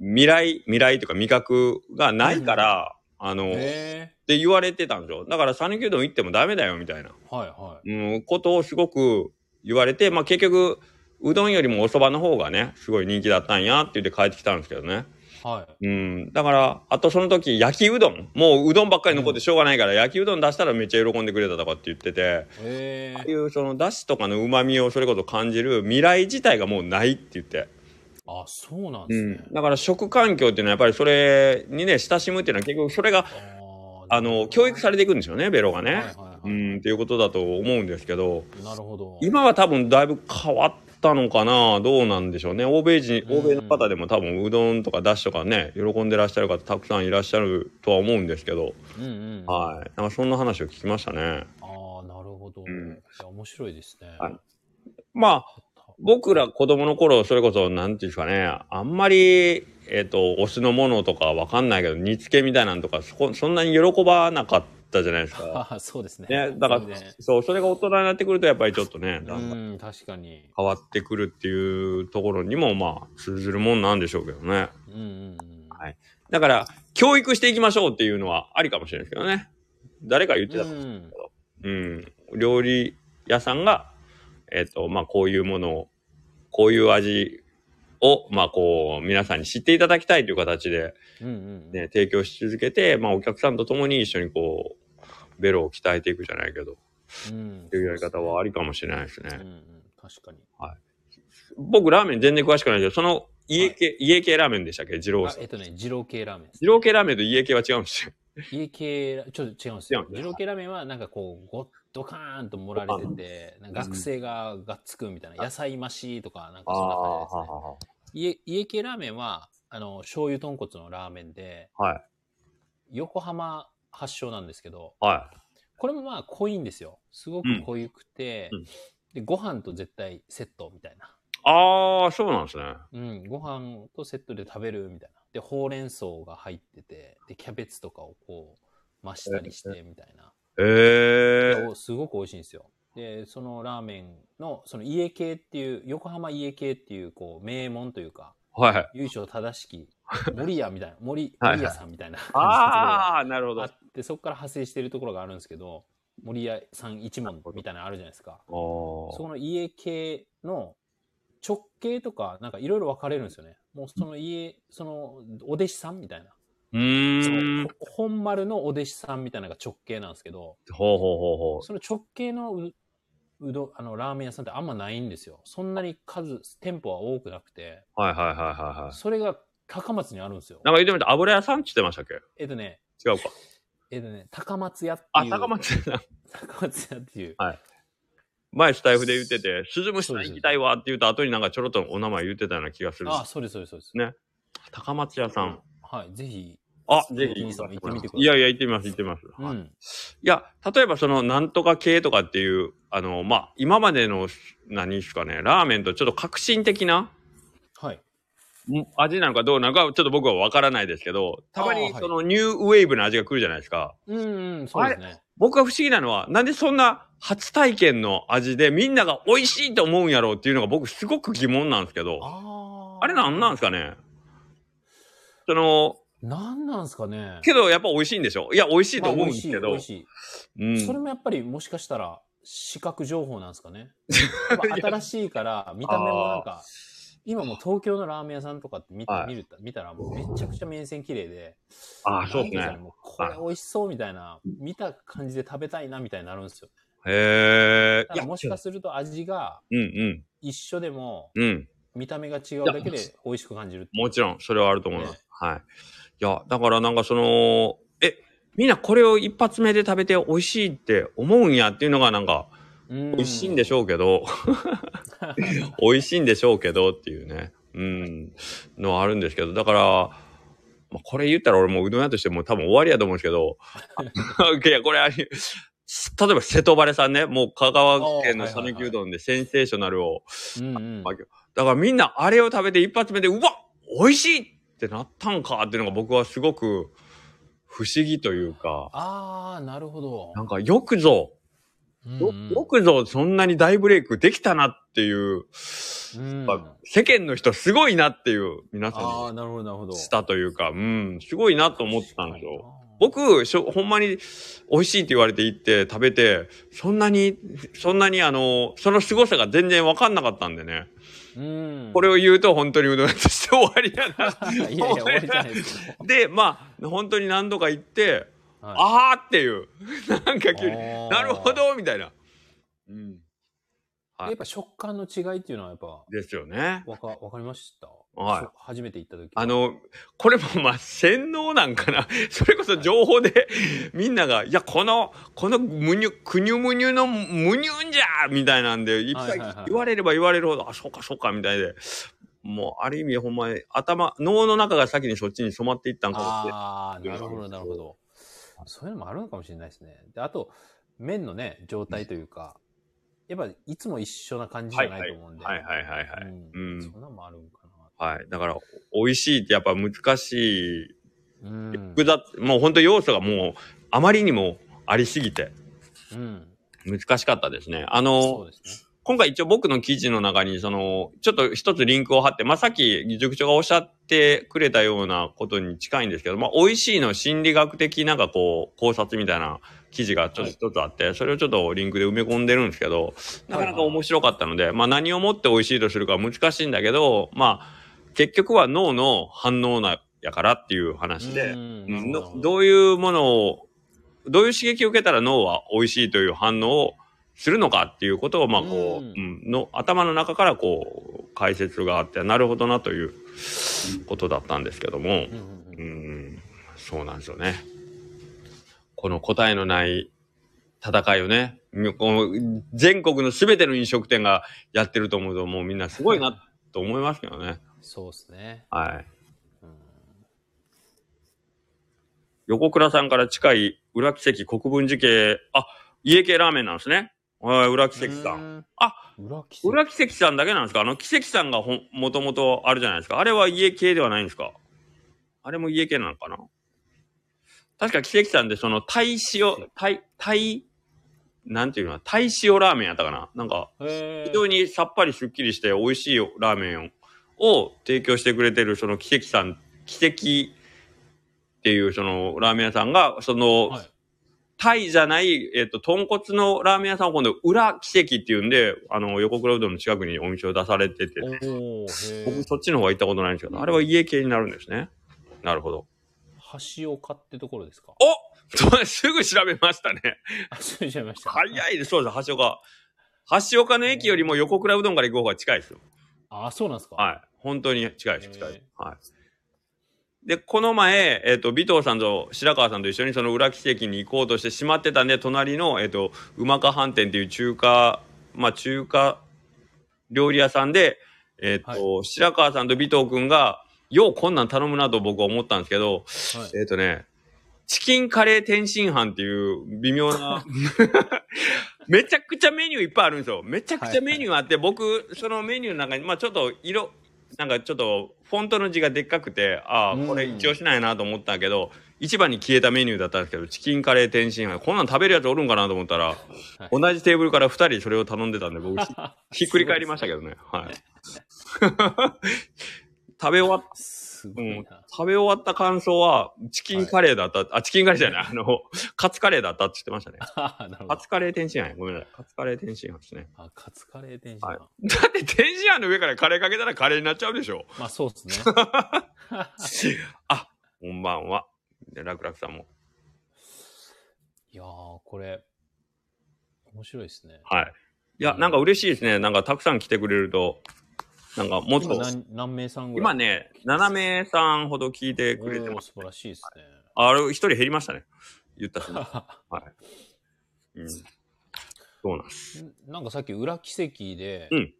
未来、未来というか味覚がないから、あの、
へ
って言われてたんですよ。だから讃岐うどん行ってもダメだよみたいな、
ーはいは
うん、ことをすごく言われて、まあ結局、うどんよりもお蕎麦の方がね、すごい人気だったんやって言って帰ってきたんですけどね。
い。はい。
うん。だから、あとその時、焼きうどん。もううどんばっかり残ってしょうがないから、焼きうどん出したらめっちゃ喜んでくれたとかって言ってて、
へ
ああい
え。
うその出汁とかの旨味をそれこそ感じる未来自体がもうないって言って。
あ、そうなんで
う
すね
ん。。だから食環境っていうのはやっぱりそれにね、親しむっていうのは結局それが、あの、教育さ
れ
れていくんでしょうね、ベロがね。
はいはいは
う
い。
ん、っていうことだと思うんですけど、
なるほど。
今は多分だいぶ変わったのかな、どうなんでしょうね。欧米人、
うん
欧米の方でも多分うどんとかだしとかね、喜んでらっしゃる方たくさんいらっしゃるとは思うんですけど、
うんうん。あ
はい。なんかそんな話を聞きましたね。
あー、なるほど。
うん
いや、面白いですね。
はいまあ、僕ら子供の頃、それこそ、なんていうんですかね、あんまり、えっ、と、お酢のものとかわかんないけど、煮付けみたいなのとか、そこ、そんなに喜ばなかったじゃないです か。
ああ、そうですね。
ね、だから
そうね、
そう、それが大人になってくると、やっぱりちょっとね、だんだん
うん、確かに。
変わってくるっていうところにもまあ通ずるもんなんでしょうけどね。
うんうんうん。
はいだから教育していきましょうっていうのはありかもしれないですけどね。誰か言って
う
た。
ん。
うん。料理屋さんが、えっ、と、まあこういうものを、こういう味を、まあこう皆さんに知っていただきたいという形で
うんうん。
ね、提供し続けて、まあお客さんと共に一緒にこう、ベロを鍛えていくじゃないけど、
うん。
というやり方はありかもしれないですね。
うんうん。確かに。
僕、ラーメン全然詳しくないけど、その家系、家系ラーメンでしたっけ二郎
あ
さん。
えっとね、二郎系ラーメン。
二郎系ラーメンと家系は違うんですよ。
家系ラ、ちょっと違うんですよ
違。うんだ
二郎系ラーメンはなんかこう、ごっドカーンと盛られてて、なんか学生ががっつくみたいな、野菜増しとか、なんか
あ
そんな
あ、
感じですね。
は
家家系ラーメンは、あの、醤油豚骨のラーメンで、
いはい。
横浜発祥なんですけど、
は
これもまあ濃いんですよ。すごく濃ゆくて、
うんうん
で、ご飯と絶対セットみたいな。
い。ああ、そうなんですね。
うん、ご飯とセットで食べるみたいな。で、ほうれん草が入ってて、で、キャベツとかをこう、増したりしてみたいな。
ええ
おすごく美味しいんですよ。で、そのラーメンの、その家系っていう、横浜家系っていう、こう、名門というか、
はい。
由緒正し き、森屋みたいな、森、
はいはい
森屋さんみたいな感じのところが
ああ、なるほど。
あ
あ
って、そこから派生してるところがあるんですけど、森屋さん一門みたいなのあるじゃないですか。そ
ー
この家系の直系とか、なんかいろいろ分かれるんですよね。もうその家、そのお弟子さんみたいな。
う
そ
ーん
の。ほ本丸のお弟子さんみたいなのが直系なんですけど、
ほうほうほうほう。
その直系のううどあのラーメン屋さんってあんまないんですよ。そんなに数、店舗は多くなくて、
はいはいはいはいはい。
それが高松にあるんですよ
な。んか言ってみた油屋さんって言ってましたっけ
えっとね、
違うか。
えっとね、高松屋っていう。
あ、高松さん。
高松屋っていう。
前スタイフで言ってて、鈴虫さん行きたいわって言った後になんかちょろっとお名前言ってたような気がする。
あ、そうです、そうです、そうです。
ね高松屋さん。
はい、ぜひ。
あ、ぜ
ぜ
ひ
ひ
行
行ってみてください
いやいや、行ってみます、行ってみます。
う
はい
ん。
いや、例えばその、なんとか系とかっていう、あの、まあ、今までの、何ですかね、ラーメンとちょっと革新的な
はい。
ん味なのかどうなのか、ちょっと僕はわからないですけど、たま
あ
に
ーはい
その、ニューウェーブの味が来るじゃないですか。
うん、うん、そうですね。
僕が不思議なのは、なんでそんな初体験の味でみんなが美味しいと思うんやろうっていうのが僕すごく疑問なんですけど、あ
あ
れなんなんですすかねその、
なんなんすかね。
けどやっぱ美味しいんでしょいや、美味しいと
ま
思
あ
うんですけど。
美味しい、
う
美味しい
ん。
それもやっぱりもしかしたら視覚情報なんです かね。やっぱ新しいから見た目もなんか、今もう東京のラーメン屋さんとかって見,、
はい
見るた見たらもうめちゃくちゃ面線綺麗で、
ああ、そうです
なんていん
ね。
もうこれ美味しそうみたいな、見た感じで食べたいなみたいになるんですよ。
へえ
だ。からもしかすると味が
うんうん。
一緒でも
うん。
見た目が違うだけで美味しく感じるっていう。
もちろん、それはあると思います。
ね
はい。いや、だからなんかその、え、みんなこれを一発目で食べて美味しいって思うんやっていうのがなんか、
うん
美味しいんでしょうけ ど、美味しいんでしょうけどっていうね、うん、のはあるんですけど、だから、まあ、これ言ったら俺もううどん屋としてもう多分終わりやと思うんですけ ど、いや、これあれ、例えば瀬戸晴さんね、もう香川県の
あーはいはいはい
讃岐うどんでセンセーショナルを、
うんうん
まあだからみんなあれを食べて一発目で、うわ美味しいってなったんかっていうのが僕はすごく不思議というか、
ああ、なるほど。
なんかよくぞ、よ
うんうん
よくぞそんなに大ブレイクできたなっていう、
うん
やっぱ世間の人すごいなっていう皆さん
ああ、
に
なるほど、なるほど。
したというか、うん、すごいなと思ってたんですよ。
確か
僕しょ、ほんまに美味しいって言われて行って食べて、そんなに、そんなにあの、その凄さが全然わかんなかったんでね。
にな、うん、
これを言うと本当にうどん屋として終わりやな。
いやいや、終わりじゃないですけど。
で、まあ、本当に何度か行って、
はい
あーっていう、 なんか急に、
あー
なるほどみたいな。うん。
やっぱ食感の違いっていうのはやっぱ、
ですよね。
わか、わかりました。
はい
そう初めて行った時。
あ、の、これもまあ洗脳なんかな。 それこそ情報で、みんなが、いや、この、このむにゅ、くにゅむにゅのむにゅんじゃーみたいなんで、いっぱ
はいいはいはい
言われれば言われるほど、あ、そうかそうか、みたいで。もう、ある意味、ほんまに、頭、脳の中が先にそっちに染まっていったんかもしれない。
ああ、なるほど、なるほど。そういうのもあるのかもしれないですね。であと、麺のね、状態というか、やっぱいつも一緒な感じじゃないと思うんで。
はいはいはいはい。
うん
うん
そんなのもあるんか
はい。だから、美味しいってやっぱ難しい。
な。うん
複。雑、もう本当要素がもう、あまりにもありすぎて、
うん。
難しかったですね。あの、
そうですね。
今回一応僕の記事の中に、その、ちょっと一つリンクを貼って、まあ、さっき塾長がおっしゃってくれたようなことに近いんですけど、まあ、美味しいの心理学的なんかこう、考察みたいな記事がちょっと一つあって、それをちょっとリンクで埋め込んでるんですけど、なかなか面白かったので、まあ、何をもって美味しいとするかは難しいんだけど、まあ、結局は脳の反応な、やからっていう話で、
うん
のどういうものを、どういう刺激を受けたら脳は美味しいという反応をするのかっていうことを、まあこう、
うん
うんの頭の中からこう解説があって、なるほどなということだったんですけども
う、んうんうん
うん、そうなんですよね。この答えのない戦いをね、みこう全国の全ての飲食店がやってると思うと、もうみんなすごいなと思いますけどね。
そうですね。
はい。
うん
横倉さんから近い裏奇跡国分寺系、あ、家系ラーメンなんですね。はい、裏奇跡さん。
ん
あ
裏奇跡。
裏奇跡さんだけなんですかあの、奇跡さんがほん、もともとあるじゃないですか。あれは家系ではないんですかあれも家系なのかな確か奇跡さんでその、タイ塩、タイ、タイ、なんていうのタイ塩ラーメンやったかななんか、
へー
非常にさっぱりすっきりして美味しいラーメンを提供してくれてるその奇跡さん奇跡っていうそのラーメン屋さんがその、
はい
タイじゃない、えっと豚骨のラーメン屋さんを今度裏奇跡っていうんであの横倉うどんの近くにお店を出されてて
おーへ
僕
ー
そっちの方は行ったことないんですけどあれは家系になるんですねなるほど
橋岡ってところですか
そうすぐ調べましたね
あ、そう言っちゃいました。
早いですそうです橋岡橋岡の駅よりも横倉うどんから行く方が近いですよ
あ、そうなんですか。
はい。本当に近いです、
へー
近いです。はい。で、この前、えっ、と、尾藤さんと白川さんと一緒にその裏奇跡に行こうとしてしまってたんで、隣の、えっ、と、うまか飯店っていう中華、まあ中華料理屋さんで、えっ、と、白川さんと尾藤くんが、ようこんなん頼むなと僕は思ったんですけど、
はい。
えっ、とね、チキンカレー天津飯っていう微妙 な、めちゃくちゃメニューいっぱいあるんですよ。めちゃくちゃメニューあって、僕、そのメニューの中に、まあちょっと色、なんかちょっとフォントの字がでっかくて、あ
う
あ、
ん
これ一応しないなと思ったけど、一番に消えたメニューだったんですけど、チキンカレー天津飯、こんなん食べるやつおるんかなと思ったら、
はい
同じテーブルから2人それを頼んでたんで、 僕、ひひっくり返りましたけどね。はい。食べ終わっ
すごいな。
食べ終わった感想は、チキンカレーだった、あ、チキンカレーじゃない、あの、カツカレーだったって言ってましたね。
あーなるほ
カ
ど。
ツカレー天津飯や。ごめんなさい。カツカレー天津飯ですね。
あ、カツカレー天津
はい
飯。
だって天津飯の上からカレーかけたらカレーになっちゃうでしょ。
まあ、そう ですね。
あ、こんばんは。で楽々さんも。
いやー、これ、面白いですね。
はい。いや、なんか嬉しいですね。なんかたくさん来てくれると、なんかもっと、
今
今
何何名さんぐらい
ね、7名さんほど聞いてくれて
お
ま
ー
す。
素晴らしいですね。
あれ、一人減りましたね。言ったし、 ね。はい。うん。そうなんです。
なんかさっき裏奇跡で、
うん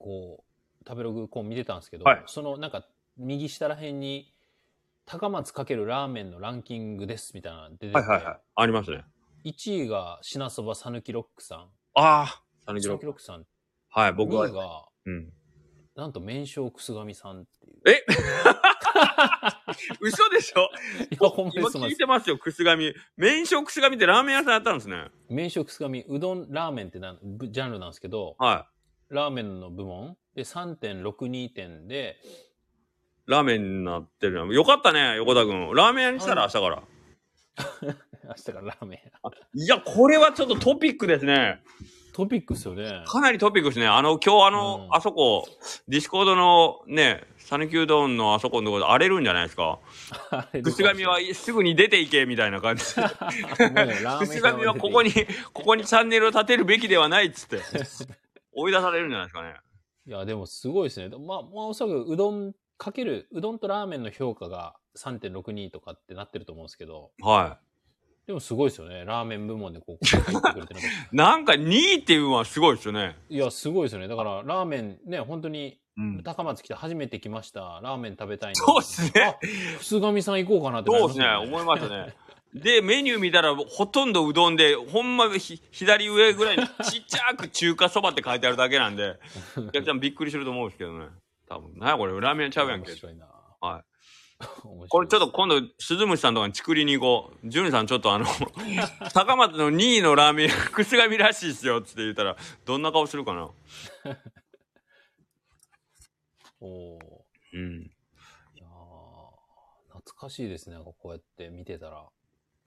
こう、食べログこう見てたんですけど、
はい
そのなんか右下ら辺に、高松かけるラーメンのランキングですみたいなの出てて、
はいはいはい。ありますね。
1位が品そばさぬきロックさん。
ああ、サヌキ
さ
ロ
ぬ
ッ
き
ク
ロックさん。
はい、僕
2
は
位。が、
うん。
なんと麺匠くすがみさんっていう。
え嘘でしょ
いや、 ほんま
今
にすま
聞
ん
い。てますよ、くすがみ。麺匠くすがみってラーメン屋さんやったんですね。
麺匠くすがみ、うどん、ラーメンってなんぶジャンルなんですけど、
は
ラーメンの部門で3.62点で、
い。ラーメンになってるな。よかったね、横田くん。ラーメン屋にしたら明日から。
明日からラーメン屋。
いや、これはちょっとトピックですね。
トピックっす よね。
かなりトピックですね。あの、今日あの、
うん
あそこ、ディスコードのね、サヌキうどんのあそこのところで荒れるんじゃないですか。
あれ
くすがみは
ど
すぐに出ていけ、みたいな感 じで。
うしました もうラーメン
くすがみはここ
に。
に、ここにチャンネルを立てるべきではないっつって、追い出されるんじゃないですかね。
いや、でもすごいですね。まあ、まあ、おそらくうどんかける、うどんとラーメンの評価が3.62とかってなってると思うんですけど、
は
でもすごいですよね。ラーメン部門でこう、入ってくれてるのが。
い。なんか2位っていうのはすごいですよね。
いや、すごいですよね。だから、ラーメンね、本当に、
うん。
高松来て初めて来ました。ラーメン食べたいん
そうっすね。
あくすがみさん行こうかなってなり
そうです
ま
す
よ
ね、思いましたね。で、メニュー見たら、ほとんどうどんで、ほんまひ左上ぐらいに ちっちゃく中華そばって書いてあるだけなん で、お客さんびっくりすると思うんですけどね。多分なやこれ、ラーメンちゃうやんけ
面。白いな。
はい
面白い
これちょっと今度、鈴虫さんとかに作りに行こう。ジュンさんちょっとあの、 高松の2位のラーメン、くすがみらしいっすよっつって言ったら、どんな顔するかな。
おー
うん。
いやー懐かしいですね。なんかこうやって見てたら。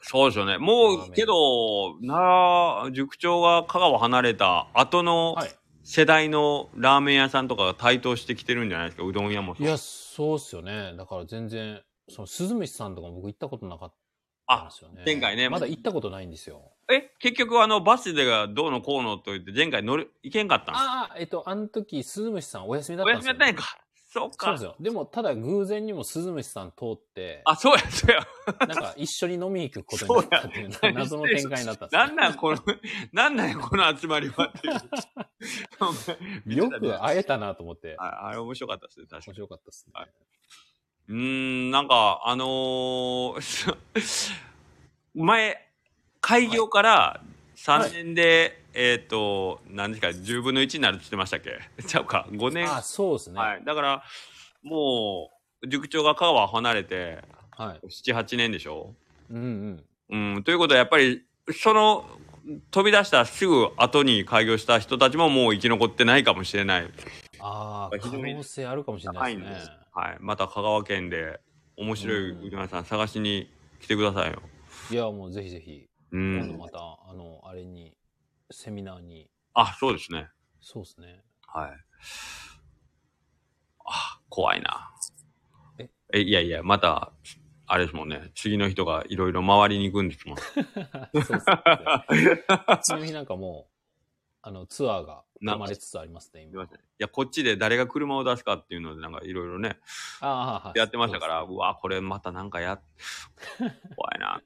そうですよね。も
ラーメ
う、
ン
けど、なあ、塾長が香川離れた後の
はい。
世代のラーメン屋さんとかが台頭してきてるんじゃないですか、うどん屋も。
いや、そうっすよね。だから全然、その鈴虫さんとかも僕行ったことなかったん
あ
で、すよね。
前回ね
まだ行ったことないんですよ。
え、結局あの、バスでがどうのこうのと言って、前回乗る、行けんかったん
ああ、えっと、あの時、鈴虫さんお休みだっ
お
たんで
休
す
み
よ、
やったんや
ね。
んか。そう
そうで
か
す。よ。でも、ただ偶然にも鈴虫さん通って、
あ、そうや、そうや。
なんか一緒に飲みに行くことになっ たっていうな謎の展開になったんですよ
なんなん、この、なんなんや、この集まりはっていうお前見て
よ
たね
く会えたなと思って、
ああれ面白かったですね、確か
面
に。
白かったですね。
はいうーん、なんか、あのー前、開業から3年で、えっ、と、何ですか、10分の1になるって言ってましたっけちゃうか、5年。
あ、そうですね。
は
はい。
い。だから、もう、塾長が香川離れて、7、8年でしょ
うんうん。
うん、ということはやっぱり、その、飛び出したすぐ後に開業した人たちももう生き残ってないかもしれない。
ああ、
非
可
常に
能性あるかもしれな
高い
い
ん
です
で
ね
す。。はい。また香川県で面白い
うん
うどん屋さん探しに来てくださいよ。
いや、もうぜひぜひ、
う
今度
ん。
また、あの、あれに、セミナーに、
あ、そうですね。
そうです ね。
はい。あ、怖いな。
え
え、いやいや、また、あれですもんね。次の人がいろいろ回りに行くんですもん。
そうっすね。次の日なんかもう、あの、ツアーが生まれつつありますね、
すいま
今
せ。ん。いや、こっちで誰が車を出すかっていうので、なんかいろいろね、
ああ、はい。
やってましたから、
そう
う
っすね
わ、これまたなんか や、怖いな。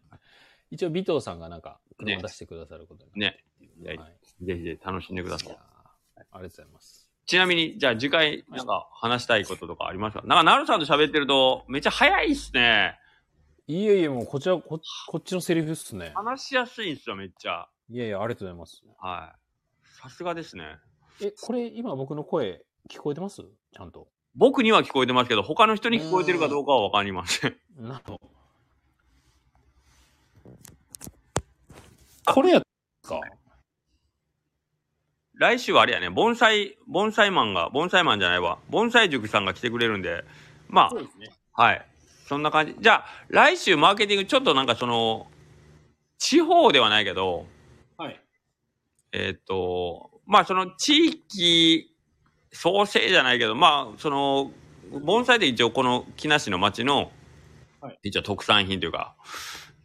一応、尾藤さんがなんか、車
ね
出してくださることにな
ね。い
は
や
い。
ぜひぜひ楽しんでくださ
い
い
や。ーありがとうございます。
ちなみに、じゃあ次回、なんか話したいこととかありますかなんか、なるさんと喋ってると、めっちゃ早いっすね。
いえいえ、もうこちらこ、こっちのセリフっすね。
話しやすいんすよ、めっちゃ。
いやいや、ありがとうございます。
はい。さすがですね。
え、これ、今僕の声、聞こえてますちゃんと。
僕には聞こえてますけど、他の人に聞こえてるかどうかはわかりません。
なるほど。これやったか。
来週はあれやね、盆栽、盆栽マンが、盆栽マンじゃないわ、盆栽塾さんが来てくれるんで、ま
そうですね。
あ、はい。そんな感じ。じゃあ、来週マーケティング、ちょっとなんかその、地方ではないけど、
はい。
えっ、と、まあその地域創生じゃないけど、まあその、盆栽で一応この木梨の町の
はい、
一応特産品というか、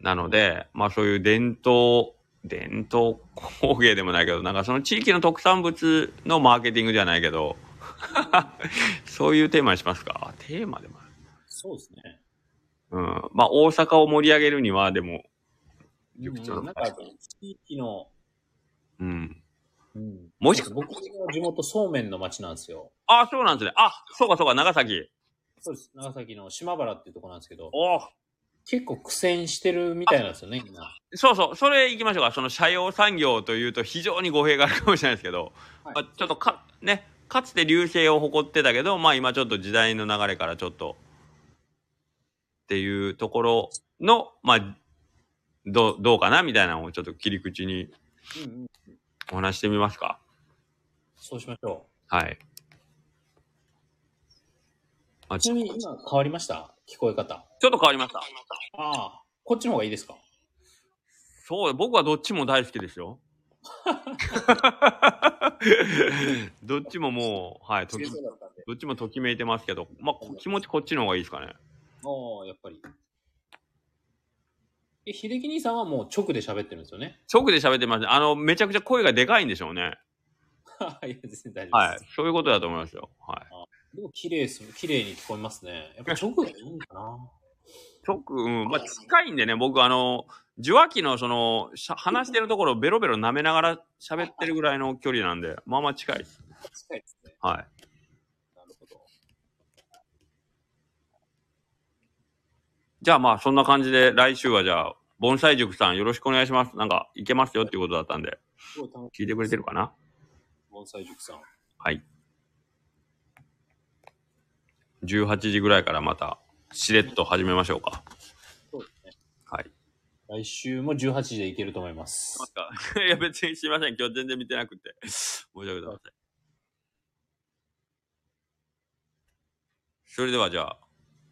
なので、まあそういう伝統、伝統工芸でもないけど、なんかその地域の特産物のマーケティングじゃないけど、 そういうテーマにしますかテーマでもある。
そうですね。
うん。まあ大阪を盛り上げるには、でも、
うん
塾長
な
の
んか、地域の、
うん。
うん、
もしか
僕の地元、そうめんの町なんですよ。
あ、そうなんですね。あ、そうかそうか、長崎。
そうです。長崎の島原っていうところなんですけど、
おー
結構苦戦してるみたいなんですよね、みんな。
そうそう、それ行きましょうか。その社用産業というと非常に語弊があるかもしれないですけど、
はい
まあ、ちょっとか、ね、かつて流星を誇ってたけど、まあ今ちょっと時代の流れからちょっと、っていうところの、まあ、どう、どうかなみたいなのをちょっと切り口に
うんうん、
お話ししてみますか。
そうしましょ
はい。あ
う。ち
ち
なみに今変わりました聞こえ方。
ちょっと変わりました。
ああ、こっちの方がいいですか
そう、僕はどっちも大好きです よ。どっちももう、はい、とき
そうだったんで。
どっちもときめいてますけど、まあ、こ気持ちこっちの方がいいですかね。
ああ、やっぱり。え、秀樹兄さんはもう直で喋ってるんですよね。
直で喋ってます。あの、めちゃくちゃ声がでかいんでしょうね。
いや、全然大丈夫です。
はい。そういうことだと思いますよ。はい。
でも綺麗です。綺麗に聞こえますね。やっぱ直がいいんかな。
直、うん、まあ、近いんでね、僕、あの、受話器の、その、しゃ話してるところをベロベロ舐めながら喋ってるぐらいの距離なんで、まあまあ近いです。
近いですね。
はい。
なるほど。
じゃあまあ、そんな感じで、来週はじゃあ、盆栽塾さんよろしくお願いします。なんか、いけますよっていうことだったんで、
すごい楽しい。
聞いてくれてるかな
盆栽塾さん。
はい。18時ぐらいからまた、しれっと始めましょうか。
そうですね。
はい。
来週も18時でいけると思います。
いや、別にすいません。今日全然見てな くて。申し訳ございません。それではじゃあ、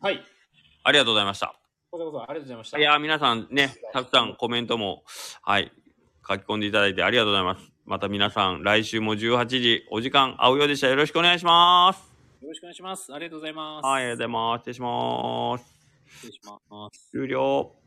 はい。
ありがとうございました。
こちらこそありがとうございました。
いやー、皆さんね、たくさんコメントも、はい、書き込んでいただいてありがとうございます。また皆さん、来週も18時、お時間合うようでしたらよろしくお願いします。
よろしくお願いします。ありがとうございます。
はい、ありがとうございます。失礼します。
失礼します。
終了。